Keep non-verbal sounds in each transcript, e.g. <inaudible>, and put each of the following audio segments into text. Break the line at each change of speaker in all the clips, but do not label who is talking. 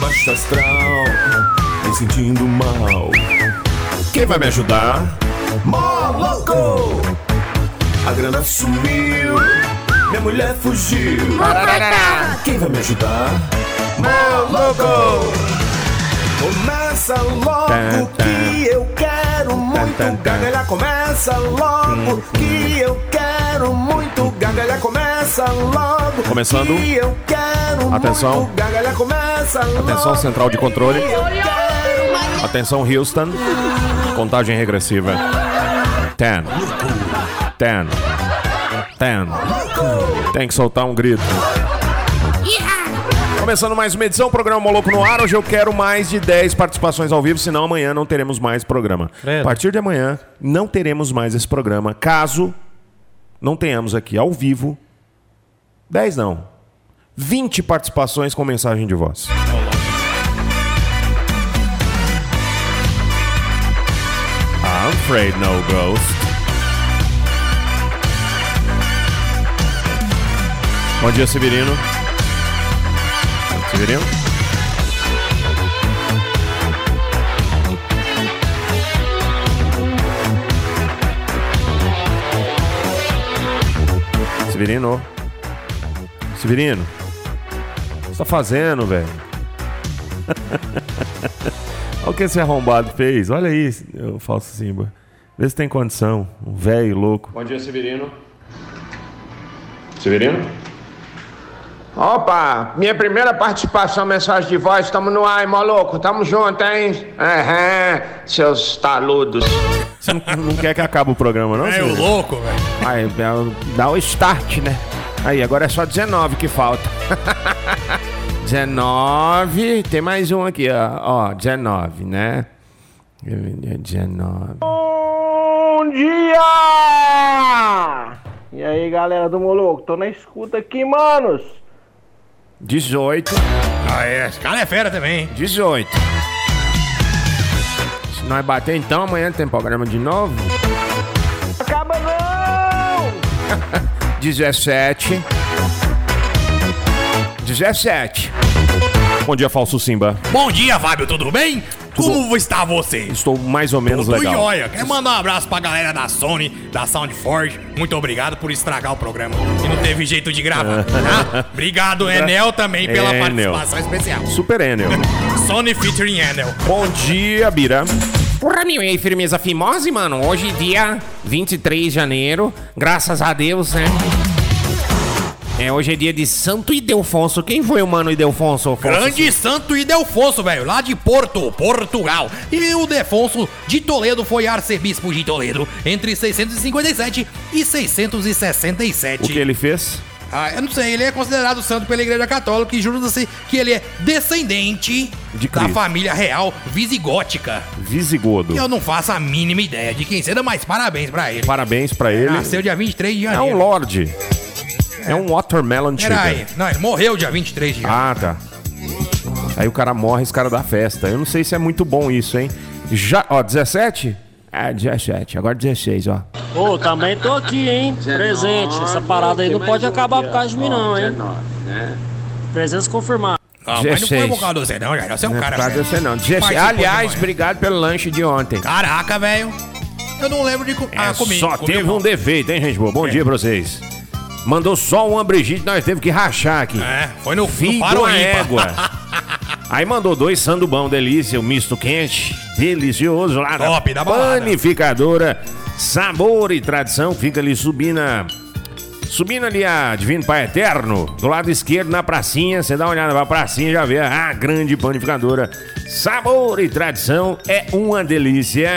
baixa um astral, me sentindo mal. Quem vai me ajudar? Moloco! A grana sumiu, minha mulher fugiu. Quem vai me ajudar? Moloco! Começa logo que eu quero muito gargalhar. Começa
Hum,
logo que eu quero muito gargalhar. Começa logo.
Começando.
que eu quero
Atenção.
muito gargalhar. Começa logo.
Atenção, central de controle.
que eu quero muito-
Atenção, Houston. Contagem regressiva. 10. 10. 10. Tem que soltar um grito. Começando mais uma edição, programa Moloco no ar. Hoje eu quero mais de 10 participações ao vivo, senão amanhã não teremos mais programa.
Credo.
A partir de amanhã, não teremos mais esse programa, caso não tenhamos aqui ao vivo 10 não. 20 participações com mensagem de voz. I'm afraid no ghost. Bom dia, Severino. Severino? Severino? Severino? O que você tá fazendo, velho? Olha o que esse arrombado fez. Olha isso, o falso assim, Simba. Vê se tem condição. Um velho louco. Bom dia, Severino. Severino?
Opa, minha primeira participação, mensagem de voz, estamos no ar, hein, maluco? Tamo junto, hein? Aham, seus taludos.
Você não, não quer que acabe o programa, não?
É o
Severino?
louco, velho.
Aí, dá o start, né? Aí, agora é só 19 que falta. 19. Tem mais um aqui, ó. Ó, 19, né? 19.
Bom dia! E aí, galera do Moloco, tô na escuta aqui, manos.
18.
Ah, é. Esse cara é fera também, hein?
18. Se nós bater, então amanhã tem programa de novo.
Acaba
<laughs>
não!
17. 17. Bom dia, Falso Simba.
Bom dia, Fábio, tudo bem? Como está você?
Estou mais ou menos
Tudo
legal.
jóia. Quero mandar um abraço pra galera da Sony, da Soundforge. Muito obrigado por estragar o programa. E não teve jeito de
<laughs>
gravar, tá? Obrigado, Enel, também, pela
É, Enel.
participação especial.
Super Enel.
Sony featuring Enel.
Bom dia, Bira.
Porra, meu, e aí, firmeza fimose, mano? Hoje, dia 23 de janeiro, graças a Deus, né? É, hoje é dia de Santo Idelfonso. Quem foi o mano Idelfonso? Afonso?
Grande Santo Idelfonso, velho, lá de Porto, Portugal. E o Defonso de Toledo foi arcebispo de Toledo entre 657 e 667.
O que ele fez?
Ah, eu não sei, ele é considerado santo pela Igreja Católica e jura-se que ele é descendente
De
da
Cristo.
família real visigótica.
Visigodo.
Eu não faço a mínima ideia de quem seja, mas parabéns pra ele.
Parabéns pra ele.
Ah,
Nasceu dia 23 de
É
janeiro.
um lorde. É um watermelon
Peraí,
sugar.
não, ele morreu dia 23 de janeiro.
Ah, tá. Aí o cara morre, esse cara da festa. Eu não sei se é muito bom isso, hein? Já, ó, 17? É, 17. Agora 16, ó.
Ô, também tô aqui, hein? Presente. Essa parada aí não pode acabar por causa de mim, não, hein? Presença confirmada.
Ah, mas não foi
16.
por causa do você, não, Jair. Você é um
Não é
cara.
por causa
sério.
desse, não. 16.
Participou
Aliás,
demais.
obrigado pelo lanche de ontem.
Caraca, velho. Eu não lembro de co
É,
ah, comi.
só
comi
teve
mal.
um defeito, hein, gente boa?
É.
Bom dia pra vocês. Mandou só uma Brigitte, nós teve que rachar aqui.
É, foi no
Fim
fim
de
para o
uma
ímpar.
égua.
<laughs>
Aí mandou dois sandubão delícia, o misto quente, delicioso lá
Top da balada.
panificadora, sabor e tradição, fica ali subindo a... Subindo ali a Divino Pai Eterno, do lado esquerdo na pracinha, você dá uma olhada pra pracinha e já vê a grande panificadora. Sabor e tradição é uma delícia.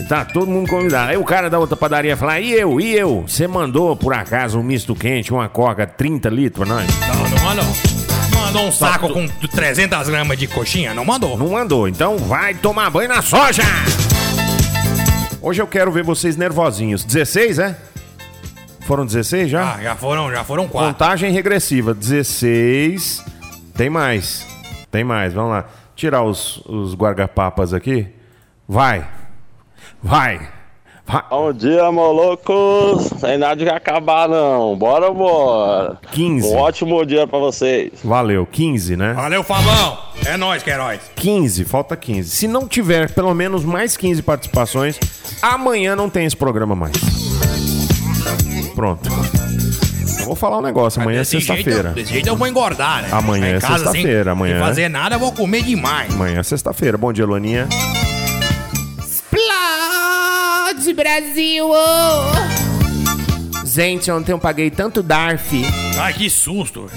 E Tá todo mundo convidado. Aí o cara da outra padaria fala: e eu, e eu? Você mandou por acaso um misto quente, uma coca 30 litros pra nós?
Não, não mandou. Mandou um saco com 300 gramas de coxinha? Não mandou.
Não mandou, então vai tomar banho na soja! Hoje eu quero ver vocês nervosinhos. 16, é? Foram 16 já?
Ah, já foram, já foram quatro.
Contagem regressiva. 16. Tem mais. Tem mais, vamos lá. Tirar os, os guardapapas aqui. Vai. Vai. Vai.
Bom dia, malucos. Sem nada de acabar, não. Bora, bora.
15.
Um ótimo dia pra vocês.
Valeu, 15, né?
Valeu, Fabão. É nóis que é nóis.
15, falta 15. Se não tiver pelo menos mais 15 participações, amanhã não tem esse programa mais. Pronto. Eu vou falar um negócio, amanhã é
Desse jeito eu-
sexta-feira.
Desse jeito eu vou engordar, né?
Amanhã
Ficar em
é
casa sem-
sexta-feira, amanhã.
Sem fazer nada, eu vou comer demais.
Amanhã é sexta-feira. Bom dia, Luaninha.
Explode, Brasil! oh! Gente, ontem eu paguei tanto DARF,
Ai, que susto.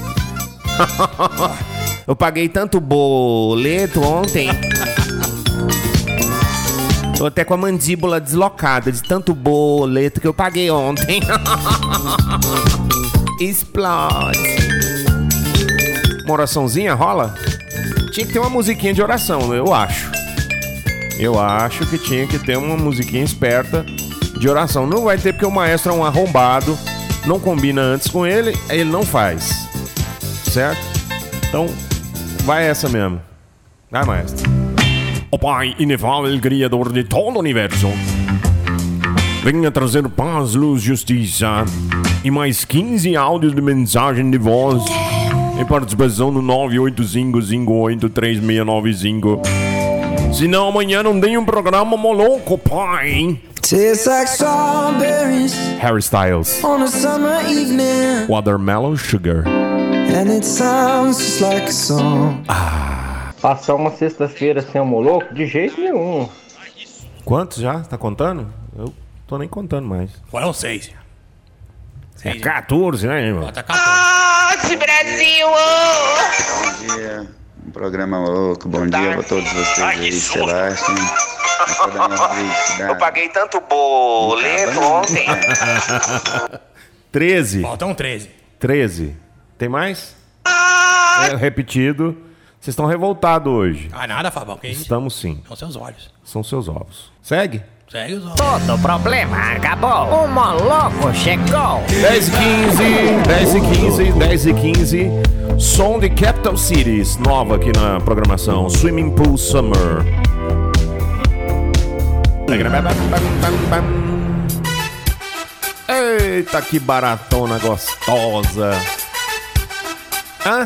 eu paguei tanto boleto ontem. Tô até com a mandíbula deslocada de tanto boleto que eu paguei
<laughs>
ontem. Explode.
Uma oraçãozinha rola? Tinha que ter uma musiquinha de oração, eu acho. Eu acho que tinha que ter uma musiquinha esperta de oração. Não vai ter porque o maestro é um arrombado, não combina antes com ele, ele não faz. Certo? Então, vai essa mesmo. Vai, maestro. O Pai inefável, Criador de todo o universo, venha trazer paz, luz, justiça e mais 15 áudios de mensagem de voz em participação no 985583695. Senão amanhã não tem um programa maluco, pai. hein?
Tastes like strawberries
Harry Styles,
on a summer evening,
Watermelon Sugar.
and it sounds just like a song.
Passar uma sexta-feira sem o Moloco? De jeito nenhum.
Quantos já? Tá contando? Eu tô nem contando mais.
Foram um seis.
É 14, né, irmão?
Tá catando.
dia, um programa louco. Bom dia pra todos vocês aí, Sebastião. Eu paguei tanto boleto ontem.
13.
Faltam 13.
13. Tem mais? É, repetido. Vocês estão revoltados hoje.
Ah, nada, Fabão. Que isso?
Estamos sim.
São seus olhos.
São seus ovos. Segue.
Segue os olhos.
Todo problema acabou, o Moloco chegou.
10 e 15, 10 e 15, 10 e 15. Som de Capital Cities, nova aqui na programação. Swimming Pool Summer. Eita, que baratona gostosa. Hã?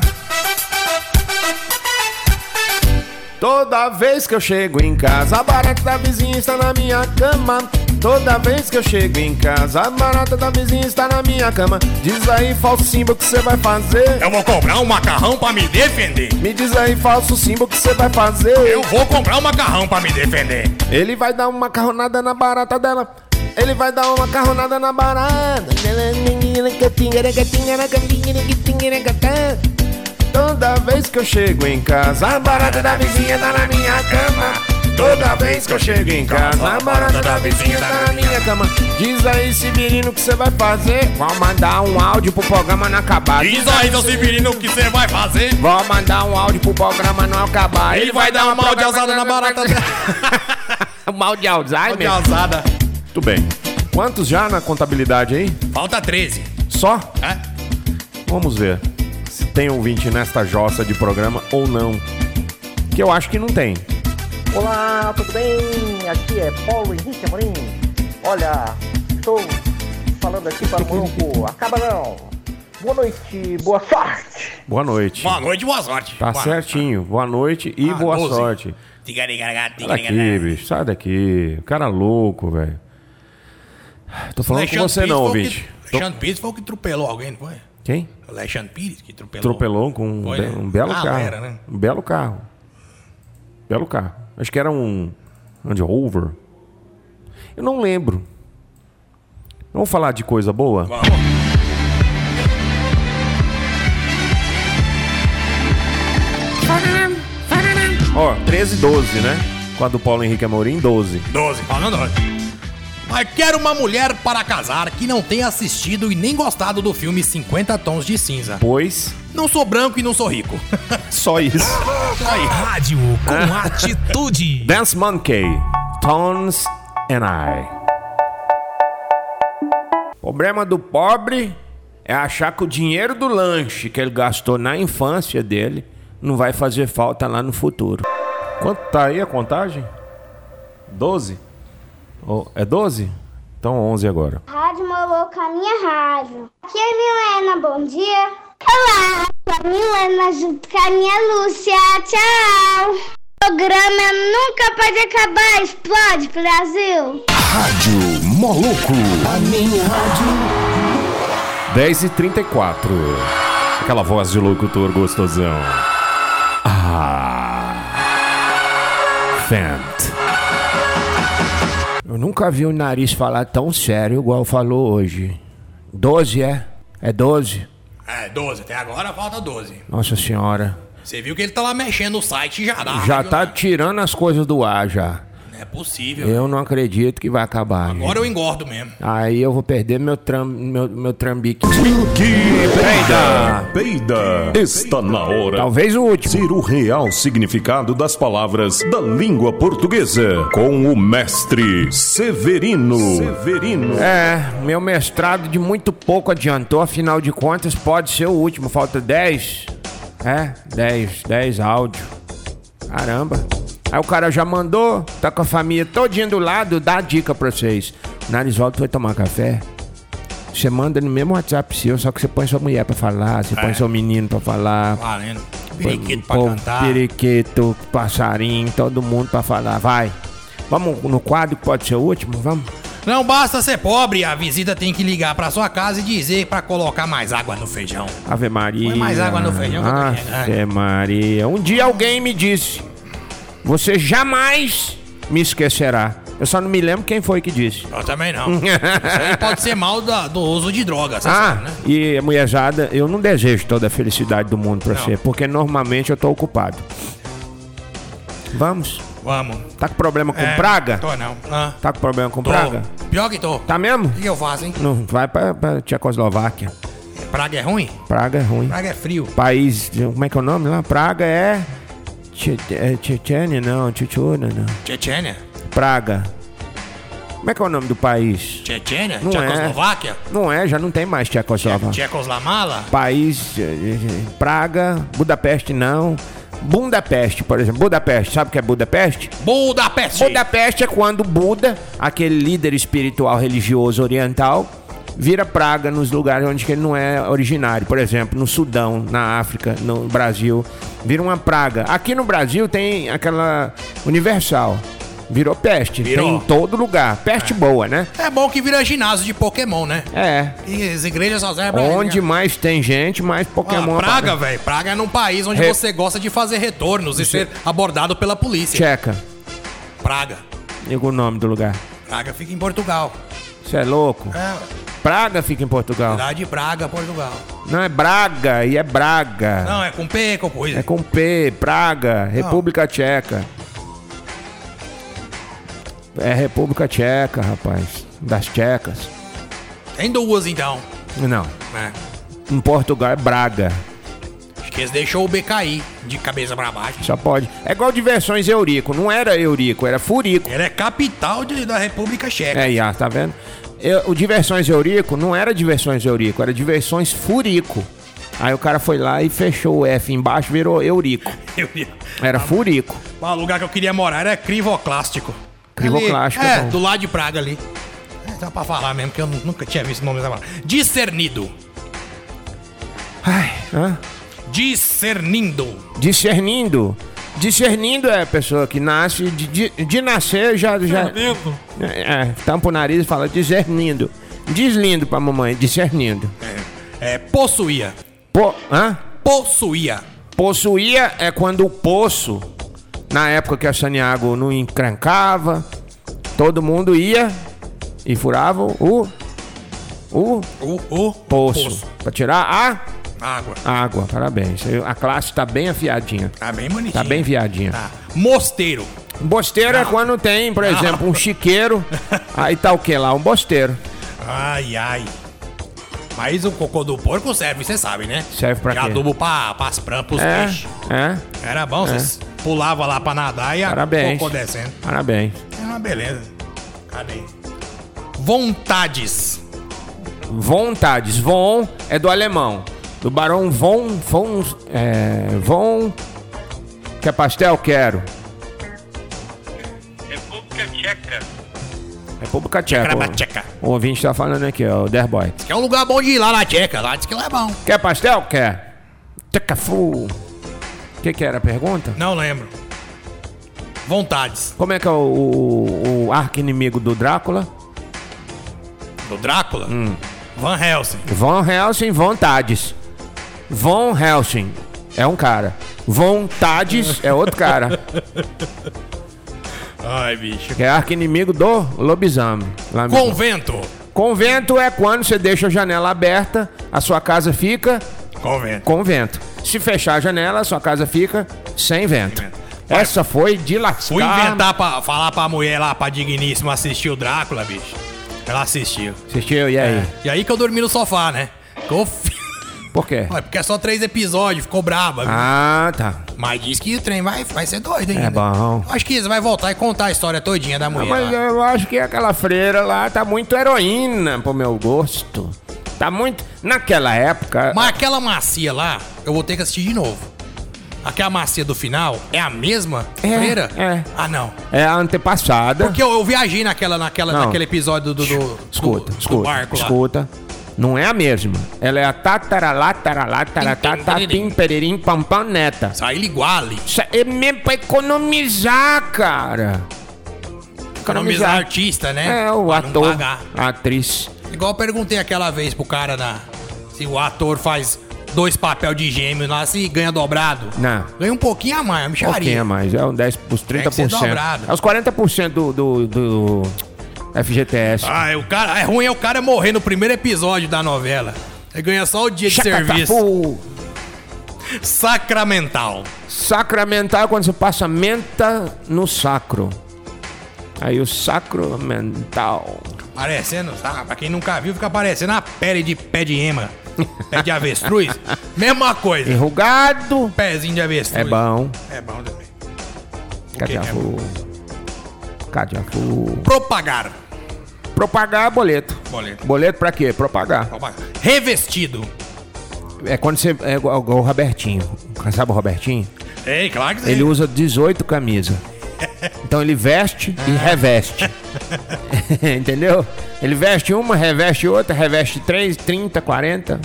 Toda vez que eu chego em casa, a barata da vizinha está na minha cama. Toda vez que eu chego em casa, a barata da vizinha está na minha cama. Diz aí, falso símbolo, o que você vai fazer?
Eu vou comprar um macarrão pra me defender.
Me diz aí, falso símbolo, o que você vai fazer?
Eu vou comprar um macarrão pra me defender.
Ele vai dar uma macarronada na barata dela. Ele vai dar uma macarronada na barata. Toda vez que eu chego em casa, a barata da vizinha tá na minha cama. Toda vez que eu chego em casa, a barata da vizinha tá na minha cama. Diz aí, Sibirino, o que você vai fazer? Vou mandar um áudio pro programa não acabar.
Diz aí, seu Sibirino, o que você vai fazer?
Vou mandar um áudio pro programa não acabar.
Ele vai dar uma mal de alçada na barata <laughs> dela.
Mal de Alzheimer?
alçada.
Muito bem. Quantos já na contabilidade aí?
Falta 13.
Só?
É?
Vamos ver se tem ouvinte nesta jossa de programa ou não. Que eu acho que não tem.
Olá, tudo bem? Aqui é Paulo Henrique Amorim. Olha, estou falando aqui para o Moloco. Acaba não. Boa noite, boa sorte.
Boa noite.
Boa noite, boa sorte.
Tá
Boa-
certinho. Boa noite e
Ah, é
boa
12.
sorte.
Tigarigaraga,
Sai daqui,
tigarigaraga.
bicho. Sai daqui. O Cara é louco, velho. Tô falando
Alexandre
com você
Pires
não,
foi o que-
ouvinte. Tô-
Alexandre Pires foi o que atropelou alguém, não foi?
Quem?
Alexandre Pires que atropelou.
Atropelou com um,
Foi,
be-
né?
um belo
Ah,
carro.
era, né?
Um belo carro. Belo carro. Acho que era um Land Rover. Eu não lembro. Vamos falar de coisa boa?
Vamos.
Ó, 13 12, né? Com a do Paulo Henrique Amorim, 12.
12. Falando 12. Mas quero uma mulher para casar que não tenha assistido e nem gostado do filme 50 Tons de Cinza.
Pois,
Não sou branco e não
<laughs>
sou rico.
só isso.
Rádio com
É.
atitude.
Dance Monkey, Tones and I. Problema do pobre é achar que o dinheiro do lanche que ele gastou na infância dele não vai fazer falta lá no futuro. Quanto tá aí a contagem? 12? Oh, é 12?
Então 11 agora.
Rádio Moloco, a minha rádio. Aqui é a Milena, bom dia. Olá, aqui é a Milena junto com a minha Lúcia. Tchau. O programa nunca pode acabar. Explode, Brasil.
Rádio Moloco. A minha rádio.
10 e 34. Aquela voz de locutor gostosão. Ah. Fent.
Eu nunca vi um nariz falar tão sério igual falou hoje. 12 é? É 12?
É, 12. Até agora falta 12.
Nossa senhora.
Você viu que ele tá lá mexendo no site já dá.
Já tá tirando as coisas do ar já.
É possível.
Eu não acredito que vai acabar. gente.
Agora eu engordo mesmo.
Aí eu vou perder meu, tram, meu, meu trambique.
Peida. Peida. Está na hora.
Talvez o último.
Ser o real significado das palavras da língua portuguesa com o mestre Severino. Severino.
É, meu mestrado de muito pouco adiantou, afinal de contas pode ser o último. Falta 10. É, 10, 10 áudio. Caramba. Aí o cara já mandou, tá com a família todinha do lado, dá a dica pra vocês. Narizolto foi tomar café. Você manda no mesmo WhatsApp seu, só que você põe sua mulher pra falar, você põe seu menino pra falar.
Valendo.
Põe
É. Periquito pra
um povo,
cantar.
Periquito, passarinho, todo mundo pra falar. Vai. Vamos no quadro que pode ser o último? Vamos.
Não basta ser pobre, a visita tem que ligar pra sua casa e dizer pra colocar mais água no feijão.
Ave Maria.
Põe mais água no feijão que eu tô
Ave Maria. Um dia alguém me disse: Você jamais me esquecerá. Eu só não me lembro quem foi que disse.
Eu também
<laughs>
não. Isso aí pode ser mal da- do uso de drogas, você
Ah.
sabe, né?
E a mulherzada, eu não desejo toda a felicidade do mundo pra você, porque normalmente eu tô ocupado. Vamos?
Vamos.
Tá com problema com
É,
praga?
Tô não. Ah,
Tá com problema com
tô.
praga?
Pior que tô.
Tá mesmo?
O que que eu faço, hein?
Não, vai pra, pra Tchecoslováquia.
Praga é ruim?
Praga é ruim.
Praga é frio.
País, como é que é o nome lá? Praga é. Tche- é Tchetchênia, não, Tchutchuna, não.
Chechênia?
Praga. Como é que é o nome do país?
Chechênia?
Não é.
Tchecoslováquia?
Não é, já não tem mais Tchecoslováquia.
Tchecoslamala?
País, eh, eh, Praga, Budapeste não. Budapeste, por exemplo. Budapeste, sabe o que é Budapeste?
Budapeste!
Budapeste é quando Buda, aquele líder espiritual religioso oriental, vira praga nos lugares onde que ele não é originário. Por exemplo, no Sudão, na África, no Brasil, vira uma praga. Aqui no Brasil tem aquela universal. Virou peste,
Virou.
tem em todo lugar. Peste boa, né?
É bom que vira ginásio de Pokémon, né?
É.
E as igrejas só servem pra
Onde mais tem gente, mais Pokémon.
né? Praga,
aparece.
velho. Praga é num país onde
Re-
você gosta de fazer retornos e ser abordado pela polícia.
Tcheca.
Praga.
Diga o nome do lugar.
Praga fica em Portugal.
Você é louco?
É,
Praga fica em Portugal.
cidade de Praga, Portugal.
Não, é Braga e é Braga.
Não, é com P, com coisa.
É com P, Praga, República Tcheca. É República Tcheca, rapaz. Das tchecas.
Tem duas, então.
Não.
É.
Em Portugal é Braga.
Acho que eles deixou o B cair, de cabeça pra baixo.
Só pode. É igual diversões Eurico. Não era Eurico, era Furico.
Ele é capital de- da República Checa.
É, Iá, tá vendo? Eu- o Diversões Eurico não era Diversões Eurico, era Diversões Furico. Aí o cara foi lá e fechou o F embaixo, virou Eurico.
Eu ia-
Era Furico.
Mas O lugar que eu queria morar era Crivoclástico.
Crivoclástico,
Ali-
é
É,
bom.
do lado de Praga ali. É, dá pra falar mesmo, que eu nu- nunca tinha visto o nome dessa palavra. Discernido.
Ai, hã?
Discernindo.
Discernindo. Discernindo é a pessoa que nasce, de, de, de nascer já. já é, é, tampa o nariz e fala discernindo. Deslindo pra mamãe, discernindo.
É, possuía.
Po, hã?
Possuía.
Possuía é quando o poço, na época que a Santiago não encrancava, todo mundo ia e furava o.
O,
O
o
poço.
poço.
Pra tirar
Água.
a água. Parabéns. A classe tá bem afiadinha.
Tá bem bonitinho.
Tá bem viadinha.
Tá. Mosteiro.
Bosteiro é quando tem, por exemplo,
<laughs>
um chiqueiro. Aí tá o que lá? Um bosteiro.
Ai, ai. Mas o cocô do porco serve, você sabe, né?
Serve pra
Era
quê?
adubo pra, pras prampas,
É,
peixes.
é.
Era bom,
É.
vocês pulavam lá pra nadar e a
Parabéns.
cocô descendo.
Parabéns.
É uma beleza. Cadê? Vontades.
Vontades. Von é do alemão. Do barão von. Von. É, von. Quer pastel? Quero. República Tcheca. República Tcheca.
Craba tcheca.
O ouvinte tá falando aqui, ó, o Derboy.
Que é um lugar bom de ir lá na Tcheca, lá diz que lá é bom.
Quer pastel? Quer. Tchacafu. O que que era a pergunta?
Não lembro. Vontades.
Como é que é o, o, o arco-inimigo do Drácula?
Do Drácula?
Hum.
Van Helsing.
Von Helsing, vontades. Von Helsing é um cara. Vontades é outro cara.
Ai, bicho.
Que é arco-inimigo do lobisomem. Lá mesmo.
Convento.
Convento é quando você deixa a janela aberta, a sua casa fica
Convento.
com vento. Se fechar a janela, a sua casa fica sem vento. Essa foi de lascar.
Fui inventar pra falar pra mulher lá, pra digníssima, assistir o Drácula, bicho. Ela assistiu.
Assistiu, e aí?
E aí que eu dormi no sofá, né? Que <laughs> eu fi-
Por quê?
Ué, porque é só três episódios, ficou braba. viu?
Ah, tá.
Mas diz que o trem vai, vai ser doido ainda.
É bom.
Acho que você vai voltar e contar a história todinha da
Ah,
mulher.
mas
lá.
eu acho que aquela freira lá tá muito heroína pro meu gosto. Tá muito. Naquela época.
Mas aquela macia lá, eu vou ter que assistir de novo. Aquela macia do final é a mesma
É,
freira?
é.
Ah, não.
É a antepassada.
Porque eu, eu viajei naquela, naquela,
Não.
naquele episódio do, do, do-
Escuta,
do
escuta,
barco lá.
escuta. Não é a mesma. Ela é a
um
tataralátaralátaratatatim pererim pam pam neta.
Aí ele iguale.
Isso é mesmo pra economizar, cara.
Economizar artista, né?
É, o
Pra não
ator,
pagar.
a atriz.
Igual eu perguntei aquela vez pro cara na, se o ator faz dois papel de gêmeo lá, se ganha dobrado.
Não.
Ganha um pouquinho a mais, uma
Um pouquinho
micharia.
a mais, é um 10, os
que ser
30%.
dobrado.
É os 40% do, do, do FGTS.
Ah, é o cara, é ruim é o cara morrer no primeiro episódio da novela. Ele ganha só o dia de serviço.
Chacatapu.
Sacramental.
Sacramental é quando você passa menta no sacro. Aí o sacramental.
Parecendo, sabe? Pra quem nunca viu, fica parecendo a pele de pé de ema. Pé de
<laughs>
avestruz. Mesma coisa.
Enrugado.
Pezinho de avestruz.
É bom.
É bom também.
Cadiafu. Cadiafu.
Propagar.
Propagar é boleto.
Boleto.
Boleto pra quê? Propagar.
Propagar. Revestido.
É quando você. É igual, igual o Robertinho. Sabe o Robertinho?
Ei, claro que sim.
Ele usa 18 camisas. Então ele veste e reveste. <laughs> Entendeu? Ele veste uma, reveste outra, reveste três, 30, 40.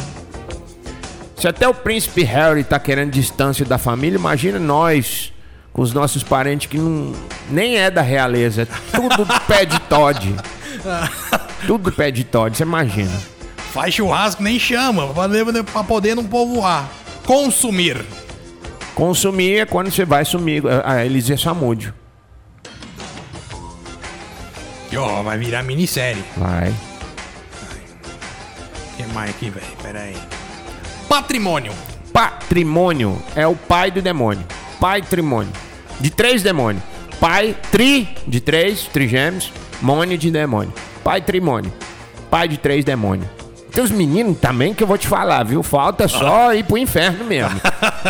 Se até o príncipe Harry tá querendo distância da família, imagina nós, com os nossos parentes que não, nem é da realeza. é Tudo pé de Todd. Tudo pé de Todd, você imagina.
Faz churrasco, nem chama. Pra poder- pra poder não povoar. Consumir.
Consumir é quando você vai sumir. Ah, Eliseu Samúdio.
E ó, vai virar minissérie.
Vai.
O que mais aqui, velho? Pera aí. Patrimônio.
Patrimônio é o pai do demônio. Pai trimônio. De três demônios. Pai tri de três, trigêmeos. Mônio de demônio. Pai trimônio. Pai de três demônios. Tem os meninos também que eu vou te falar, viu? Falta só ir pro inferno mesmo.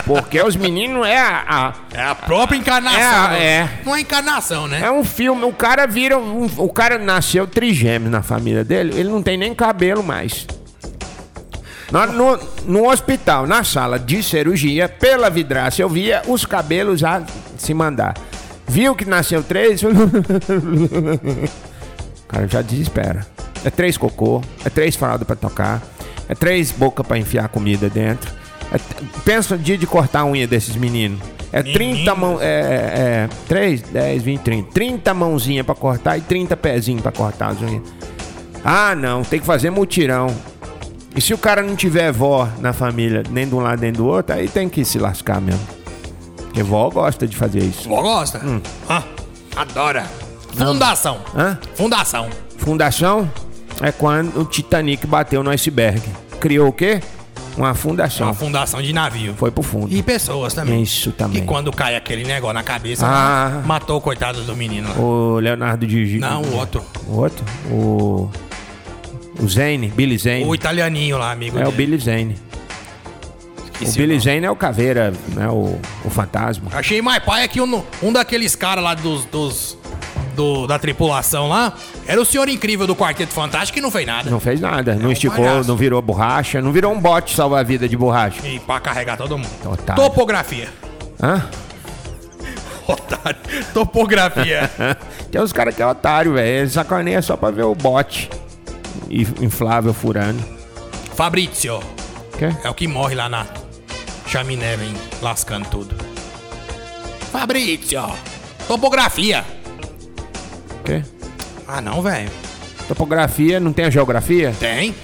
Porque os meninos é a- a
É a própria encarnação.
É, é.
Não é encarnação, né?
É um filme, o cara vira. um- o cara nasceu trigêmeo na família dele, ele não tem nem cabelo mais. Na- No, no hospital, na sala de cirurgia, pela vidraça, eu via os cabelos já se mandar. Viu que nasceu três? <laughs> O cara já desespera. É três cocô, é três fralda pra tocar, é três boca pra enfiar comida dentro. É t- pensa no dia de cortar a unha desses meninos. É 30 mão. É, é, é, 3, 10, 20, 30. 30 mãozinha pra cortar e 30 pezinhos pra cortar as unhas. Ah, não, tem que fazer mutirão. E se o cara não tiver vó na família, nem de um lado nem do outro, aí tem que se lascar mesmo. Porque vó gosta de fazer isso.
Vó gosta. Ah, adora. Fundação.
Hum. Hã?
Fundação.
Fundação é quando o Titanic bateu no iceberg. Criou o quê? Uma fundação.
Uma fundação de navio.
Foi pro fundo.
E pessoas também.
Isso também.
E quando cai aquele negócio na cabeça,
Ah.
matou o coitado do menino. lá.
O Leonardo de...
Não, o outro.
O outro? O... O Zane, Billy Zane.
O italianinho lá, amigo.
É o
dele.
Billy Zane.
Esqueci
o Billy
nome.
Zane é o caveira, né? O, o fantasma.
Achei mais pai que um, um daqueles caras lá dos. dos do- da tripulação lá. Era o senhor incrível do Quarteto Fantástico que não fez nada.
Não fez nada. não esticou,
É, palhaço.
não virou borracha. Não virou um bote salva-vida de borracha. É
E pra carregar todo mundo.
Então, Otário.
Topografia. <laughs>
Hã?
Otário. Topografia.
<laughs> Tem uns caras que é otário, velho. Ele sacaneia só pra ver o bote. inflável furando.
Fabrício.
Quê?
É o que morre lá na chaminé, vem lascando tudo. Fabrício. Topografia.
Quê?
Ah, não, velho.
Topografia, não tem a geografia?
Tem.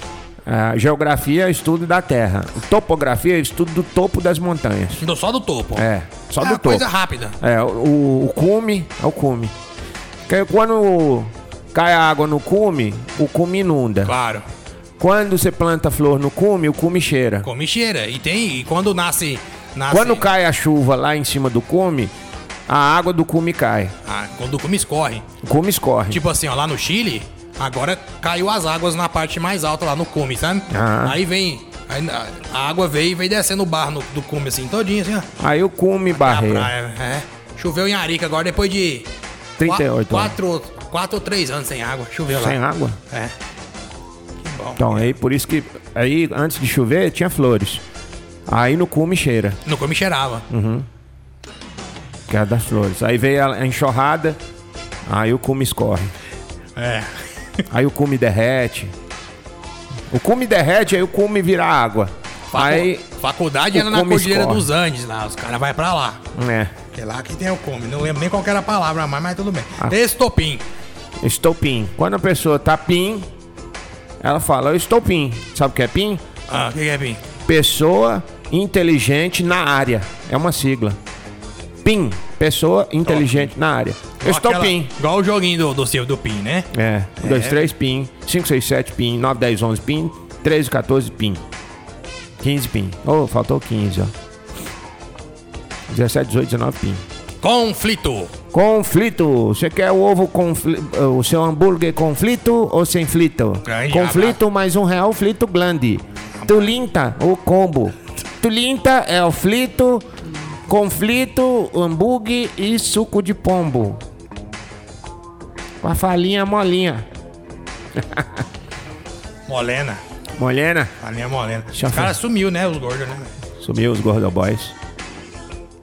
A geografia é o estudo da terra. Topografia é o estudo do topo das montanhas.
Do- Só do topo.
É, só
É
do
uma
topo.
coisa rápida.
É, o, o cume é o cume. Porque quando cai a água no cume, o cume inunda.
Claro.
Quando você planta flor no cume, o cume cheira.
Come cheira. E tem. E quando nasce. nasce
Quando cai a chuva lá em cima do cume, a água do cume cai.
Ah, quando come escorre.
O cume escorre.
Tipo assim, ó, lá no Chile, agora caiu as águas na parte mais alta lá no cume, sabe?
Ah.
Aí vem. aí na- a água veio e veio descendo o barro no- do cume, assim, todinho, assim, ó.
Aí o cume barreia.
Praia, é. Choveu em Arica agora depois de.
38
4, 4 ou 3 anos sem água. Choveu lá.
Sem água?
É. Que bom.
Então, aí por isso que. Aí antes de chover, tinha flores. Aí no cume cheira.
No cume cheirava.
Uhum. Que é a das flores. Aí veio a a enxurrada, aí o cume escorre.
É.
Aí o cume derrete. O cume derrete, aí o cume vira água. Aí.
Faculdade
o
era na
cume
Cordilheira
escorre.
dos Andes lá. Os caras vai pra lá.
É.
Que lá que tem o cume. Não lembro nem qual que era a palavra mais, mas tudo bem.
Ah.
Estopim.
Estou pim. Quando a pessoa tá pim, ela fala, eu estou pim. Sabe o que é pim?
Ah, o que, que é pim?
Pessoa inteligente na área. É uma sigla. PIN. Pessoa inteligente na área. Eu
Igual
estou
aquela-
PIN.
Igual o joguinho do, do seu do PIN, né?
É.
É.
2, 3, PIN. 5, 6, 7, PIN. 9, 10, 11, PIN. 13, 14, PIN. 15, PIN. Oh, faltou 15, ó. 17, 18, 19, PIN.
Conflito.
Conflito. Você quer o ovo confli- eh, O seu hambúrguer conflito ou sem flito?
Grande
conflito mais um real, flito grande. Tulinta, o combo. Tulinta é o flito, conflito, hambúrguer e suco de pombo. Com a falinha molinha.
Molena.
Molena?
Falinha molena.
Deixa eu
Os caras
ver.
sumiu, né? Os gordos, né?
Sumiu os Gordoboys.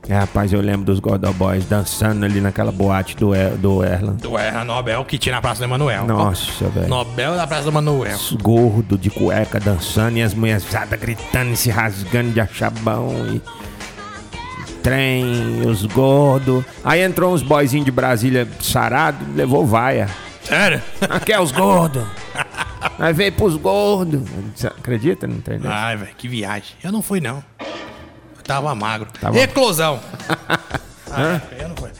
É, rapaz, eu lembro dos Gordoboys dançando ali naquela boate do, Er- do Erlan.
Do Erra é Nobel que tinha na Praça do Emanuel.
Nossa, velho.
Nobel da Praça do Emanuel.
Os gordo de cueca dançando e as mulherzadas gritando e se rasgando de achabão e trem, e os gordos. Aí entrou uns boyzinhos de Brasília sarado, levou vaia.
Sério?
Aqui é os gordos. Aí veio pros gordos. Você acredita? Não tem ideia.
<laughs> Ai, velho, que viagem. Eu não fui, não. Eu tava magro.
Tá bom. <laughs>
Eclosão. Ah,
Hã?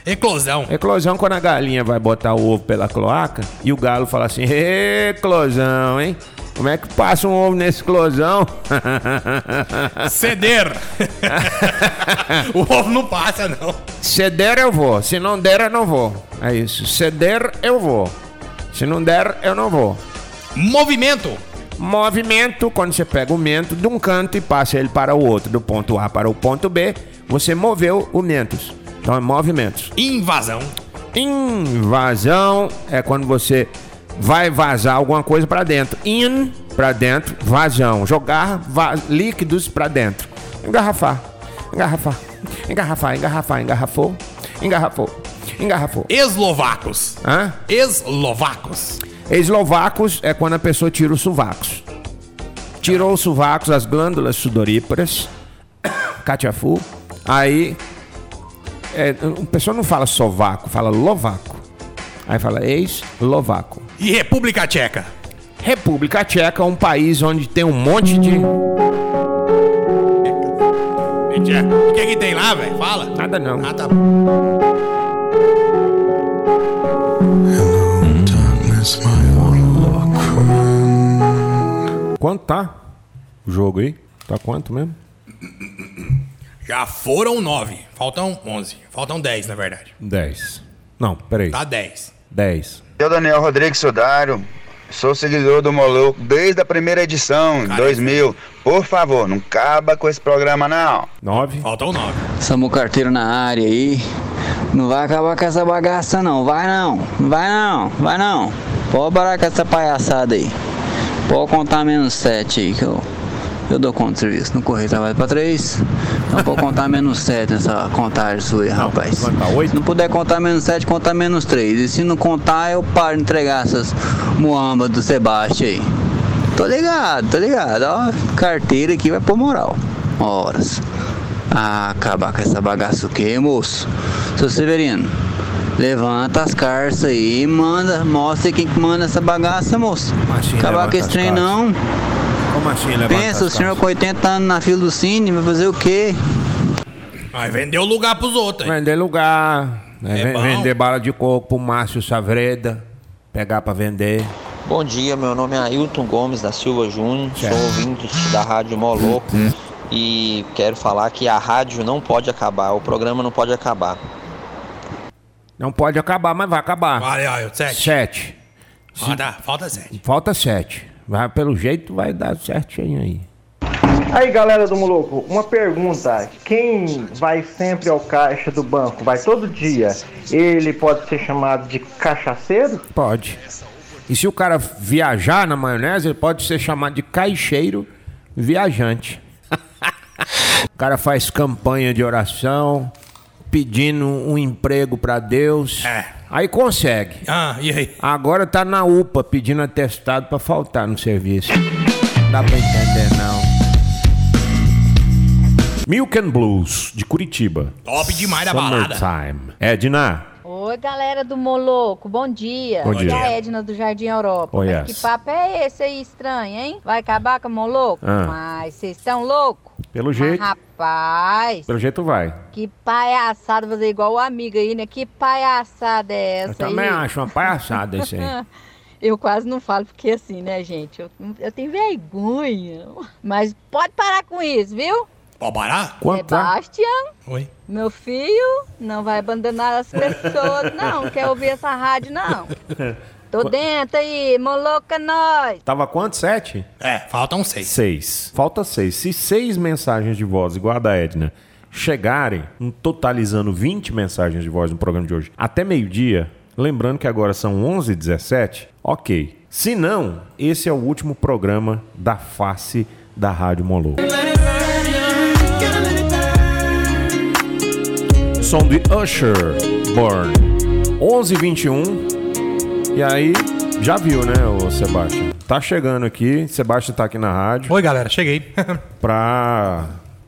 Eclosão.
Eclosão É quando a galinha vai botar o ovo pela cloaca e o galo fala assim: Eclosão, hein? Como é que passa um ovo nesse eclosão? <laughs>
Ceder. o ovo não passa, não.
Se der, eu vou. Se não der, eu não vou. É isso. Se der, eu vou. Se não der, eu não vou.
Movimento.
Movimento, quando você pega o mento de um canto e passa ele para o outro, do ponto A para o ponto B, você moveu o mentos. Então é movimentos.
Invasão.
Invasão é quando você vai vazar alguma coisa para dentro. In para dentro, vazão. Jogar va- líquidos para dentro. Engarrafar, engarrafar, engarrafar, engarrafar, engarrafou, engarrafou, engarrafou.
Eslovacos.
Hã?
Eslovacos.
Eslovacos é quando a pessoa tira os sovacos. Tirou os sovacos, as glândulas sudoríparas, <coughs> catiafu. Aí, é, a pessoa não fala sovaco, fala lovaco. Aí fala ex-lovaco.
E República Tcheca.
República Tcheca é um país onde tem um monte de...
E Tcheca. O que que tem lá, velho? Fala.
Nada não.
Ah, tá.
Quanto tá o jogo aí? Tá quanto mesmo?
Já foram nove. Faltam onze. Faltam dez, na verdade.
10. Não, peraí.
Tá dez.
10.
Eu, Daniel Rodrigues Sudário, sou seguidor do Moloco desde a primeira edição, em 2000. Por favor, não acaba com esse programa, não.
9.
Faltam nove.
Samu carteiro na área aí. Não vai acabar com essa bagaça não, vai não, vai não, vai não. Pode parar com essa palhaçada aí. Pode contar menos 7 aí que eu, eu dou conta do serviço. No correio trabalho pra 3. Então pode contar menos 7 nessa contagem sua aí, rapaz. Se não puder contar menos 7, conta menos 3. E se não contar, eu paro de entregar essas muambas do Sebastião aí. Tô ligado, tô ligado. Ó, carteira aqui vai pôr moral. Horas. Ah, acabar com essa bagaça o quê, moço? Seu Severino, levanta as carças aí e manda, mostra quem que manda essa bagaça, moço.
assim
acabar
levanta
com esse
as
trem
carças?
não.
Como assim, levanta
Pensa, o
as
senhor
calças?
com 80 anos na fila do cine, vai fazer o quê?
Aí vendeu lugar pros outros.
É. Vender lugar, né?
É
Ven-
bom.
vender bala de coco pro Márcio Savreda, pegar pra vender.
Bom dia, meu nome é Ailton Gomes da Silva Júnior, sou
Certo.
ouvinte da Rádio Moloco e quero falar que a rádio não pode acabar, o programa não pode acabar.
Não pode acabar, mas vai acabar.
Vale, ó, sete.
Sete.
Falta, falta sete.
Falta sete. Vai, pelo jeito vai dar certinho aí.
Aí galera do Moloco, uma pergunta. Quem vai sempre ao caixa do banco, vai todo dia, ele pode ser chamado de cachaceiro?
Pode. E se o cara viajar na maionese, ele pode ser chamado de caixeiro viajante. <laughs> o cara faz campanha de oração, pedindo um emprego pra Deus. Aí consegue.
Ah, e aí?
Agora tá na UPA pedindo atestado pra faltar no serviço. Não dá pra entender, não.
Milk and Blues, de Curitiba. É,
Top demais da balada.
Summertime. Edna,
Oi, galera do Moloco, bom dia.
Bom dia.
Aqui é a Edna do Jardim Europa.
Oi,
Mas
yes.
que papo é esse aí estranho, hein? Vai acabar com o Moloco?
Ah.
Mas vocês estão loucos?
pelo jeito,
Rapaz,
pelo jeito vai.
que palhaçada fazer igual o amigo aí, né? Que palhaçada é essa
Eu também
aí?
acho uma palhaçada isso aí.
<laughs> Eu quase não falo porque assim, né, gente? Eu, eu tenho vergonha. Mas pode parar com isso, viu?
Pode parar?
tá?
Sebastian,
Oi.
meu filho, não vai abandonar as pessoas, não. Quer ouvir essa rádio, não. Tô
Qu-
dentro aí, moloca nós.
Tava quanto? Sete?
É, faltam seis.
Seis. Falta seis. Se seis mensagens de voz, igual a da Edna, chegarem, um totalizando 20 mensagens de voz no programa de hoje, até meio-dia, lembrando que agora são 11 h 17 ok. Se não, esse é o último programa da face da Rádio Moloco. Som de Usher, Burn. 11h21. E aí, já viu, né, o Sebastião? Tá chegando aqui, Sebastião tá aqui na rádio.
Oi, galera, cheguei.
pra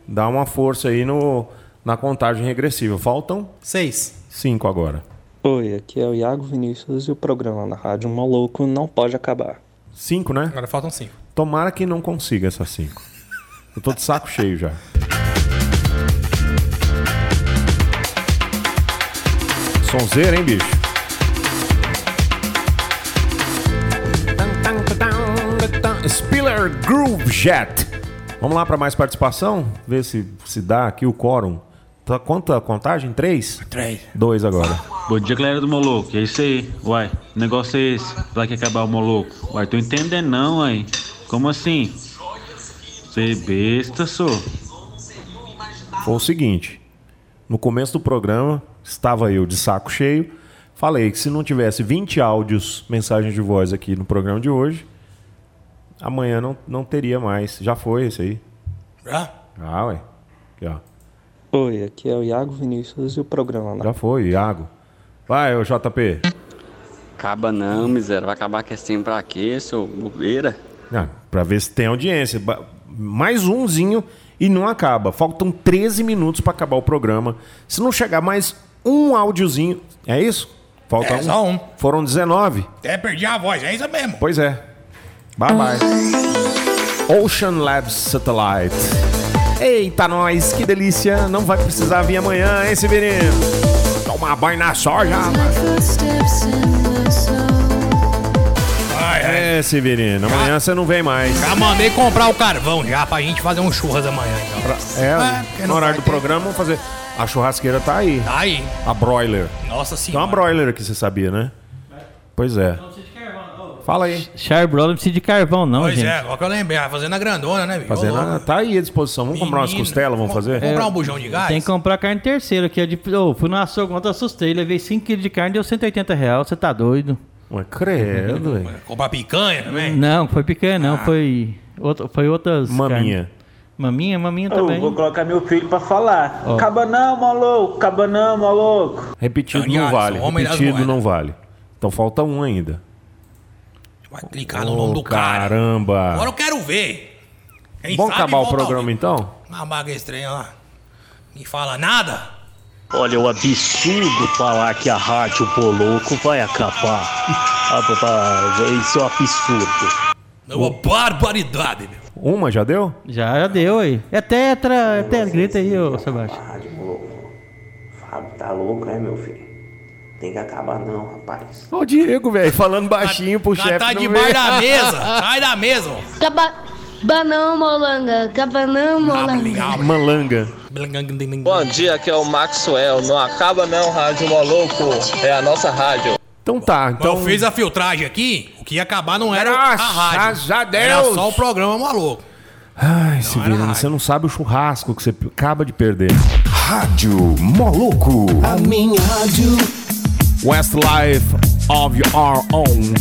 dar uma força aí no, na contagem regressiva. Faltam?
<laughs> Seis.
Cinco agora.
Oi, aqui é o Iago Vinícius e o programa na Rádio Maluco não pode acabar.
Cinco, né?
Agora faltam cinco.
Tomara que não consiga essas cinco. Eu tô de saco cheio já. Sonzeira, hein, bicho? Spiller Groove Jet. Vamos lá pra mais participação? Ver se se dá aqui o quórum. Tá, quanto a contagem? Três?
Três.
Dois agora.
Bom dia, galera do Moloco. É isso aí. Uai, o negócio é esse. Vai que acabar o Moloco. Uai, tô entendendo não, uai. Como assim? Cê é besta, sô.
Foi o seguinte: no começo do programa, estava eu de saco cheio. Falei que se não tivesse 20 áudios, mensagens de voz aqui no programa de hoje, amanhã não, não teria mais. Já foi esse aí?
Já?
Ah, ué. Aqui, ó.
Oi, aqui é o Iago Vinícius e o programa na
Já foi, Iago. Vai, ô JP.
Acaba não, miséria. Vai acabar que é sempre pra quê, seu bobeira?
Ah, pra ver se tem audiência. Ba- Mais umzinho e não acaba. Faltam 13 minutos pra acabar o programa. Se não chegar mais um áudiozinho, é isso? Falta
É, só um.
Foram 19.
Até perdi a voz, é isso mesmo.
Pois é. Bye bye. Ocean Labs Satellite. Eita, nós, que delícia. Não vai precisar vir amanhã, hein, Severino? Tomar banho na soja. É, Severino, amanhã você não vem mais.
Já mandei comprar o carvão já pra gente fazer um churras amanhã. Então. Ah, porque
É, no
não
horário
vai
do programa, vamos fazer. A churrasqueira tá aí. Tá
aí.
A broiler.
Nossa
Tem uma
senhora.
broiler aqui, você sabia, né? Pois é. Fala aí.
Charbrola não precisa de carvão, não,
Pois
gente.
é, agora que eu lembrei, vai fazendo a grandona, né, bicho?
Fazendo
Ô,
a- Tá aí à disposição. Vamos comprar umas
Menino,
costelas, vamos fazer?
comprar um bujão de gás?
É, Tem que comprar carne terceira, que é de. Ô, fui no açougue ontem, assustei. Levei 5kg de carne, deu 180 reais. Você tá doido?
Ué, credo, velho.
Comprar picanha também?
Não, foi picanha,
Ah.
não. Foi, outra, foi outras.
Maminha.
carnes. Maminha, maminha
Eu
também.
vou colocar meu filho pra falar.
Ó.
Acaba não, maluco. Acaba não, maluco.
Repetido
Aliás,
não vale.
o homem das
Repetido
moedas.
não vale. Então falta um ainda.
Vai clicar no nome do cara.
Caramba.
Agora eu quero ver. Quem
Vamos
sabe,
acabar o
volta
programa,
ao vivo.
então?
Uma maga estranha lá. Me fala nada.
Olha, o absurdo falar que a rádio Boloco vai acabar. <laughs> Ah, papai, isso é um absurdo.
É uma barbaridade, meu.
Uma já deu?
Já, já deu aí. É tetra, é tetra. Grita aí, ô Sebastião.
Rádio louco. Fábio tá louco, é, meu filho? Tem que acabar não, rapaz.
Ó o Diego, velho, falando baixinho pro chefe.
Tá
não
debaixo
ver.
da
<laughs>
mesa. Sai da mesa, ó.
Cabanão, molanga. Cabanão, molanga.
Malanga.
Bom dia, aqui é o Maxwell. Não acaba não, Rádio Maluco. É a nossa rádio.
Então tá,
Então...
então.
Eu fiz a filtragem aqui, o que ia acabar não era a rádio.
Graças a Deus.
Era só o programa maluco.
Ai, Severino, você não sabe o churrasco que você p- acaba de perder. Rádio Moloco.
A minha rádio.
Westlife of Your Own.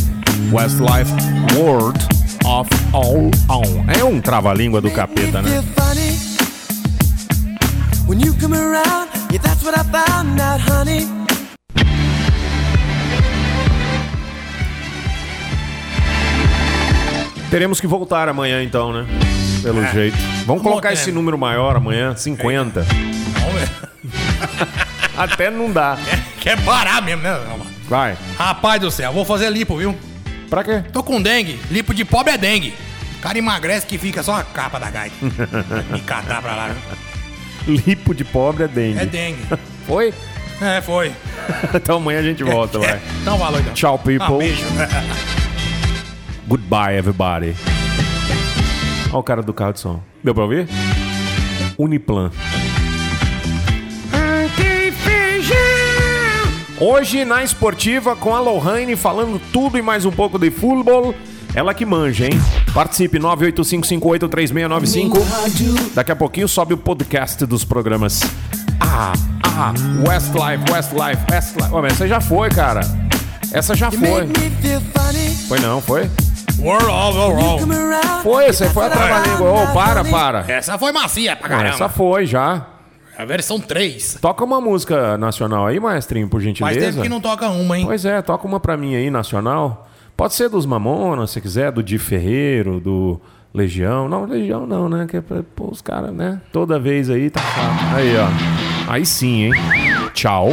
Westlife World of All Own. É um trava-língua do capeta, né?
Feel funny when you come around. Yeah, that's what I found out, honey.
Teremos que voltar amanhã, então, né? Pelo jeito. Vamos colocar esse número maior amanhã, 50.
<laughs>
Até não dá.
É, Quer parar mesmo, né?
Vai.
Rapaz do céu, vou fazer lipo, viu?
Pra quê?
Tô com dengue. Lipo de pobre é dengue. O cara emagrece que fica só a capa da gaita. Me catar pra lá. viu?
Lipo de pobre é dengue.
É dengue.
<laughs> Foi?
É, foi.
então amanhã a gente volta, vai.
Então valeu, então.
Tchau,
Ah,
people.
beijo.
<laughs> Goodbye, everybody. Olha o cara do carro de som. Deu pra ouvir? Uniplan. Hoje na esportiva com a Lohane falando tudo e mais um pouco de futebol. Ela que manja, hein? Participe 985583695. Daqui a pouquinho sobe o podcast dos programas. Ah, ah, Westlife, Westlife, Westlife. Ô, mas essa já foi, cara. Essa já foi.
Feel funny
Foi não, foi?
We're all, we're all.
come around.
Foi, você foi a trava-língua. Ô, para, para.
Essa foi macia pra caramba.
Essa foi já.
A versão 3.
Toca uma música nacional aí, maestrinho, por
Faz
gentileza.
tempo que não toca uma, hein?
Pois é, toca uma pra mim aí, nacional. Pode ser dos Mamonas, se quiser, do Di Ferreiro, do Legião. Não, Legião não, né? Que é pra- pô, os caras, né? Toda vez aí tá chato. Aí, ó. Aí sim, hein? Tchau.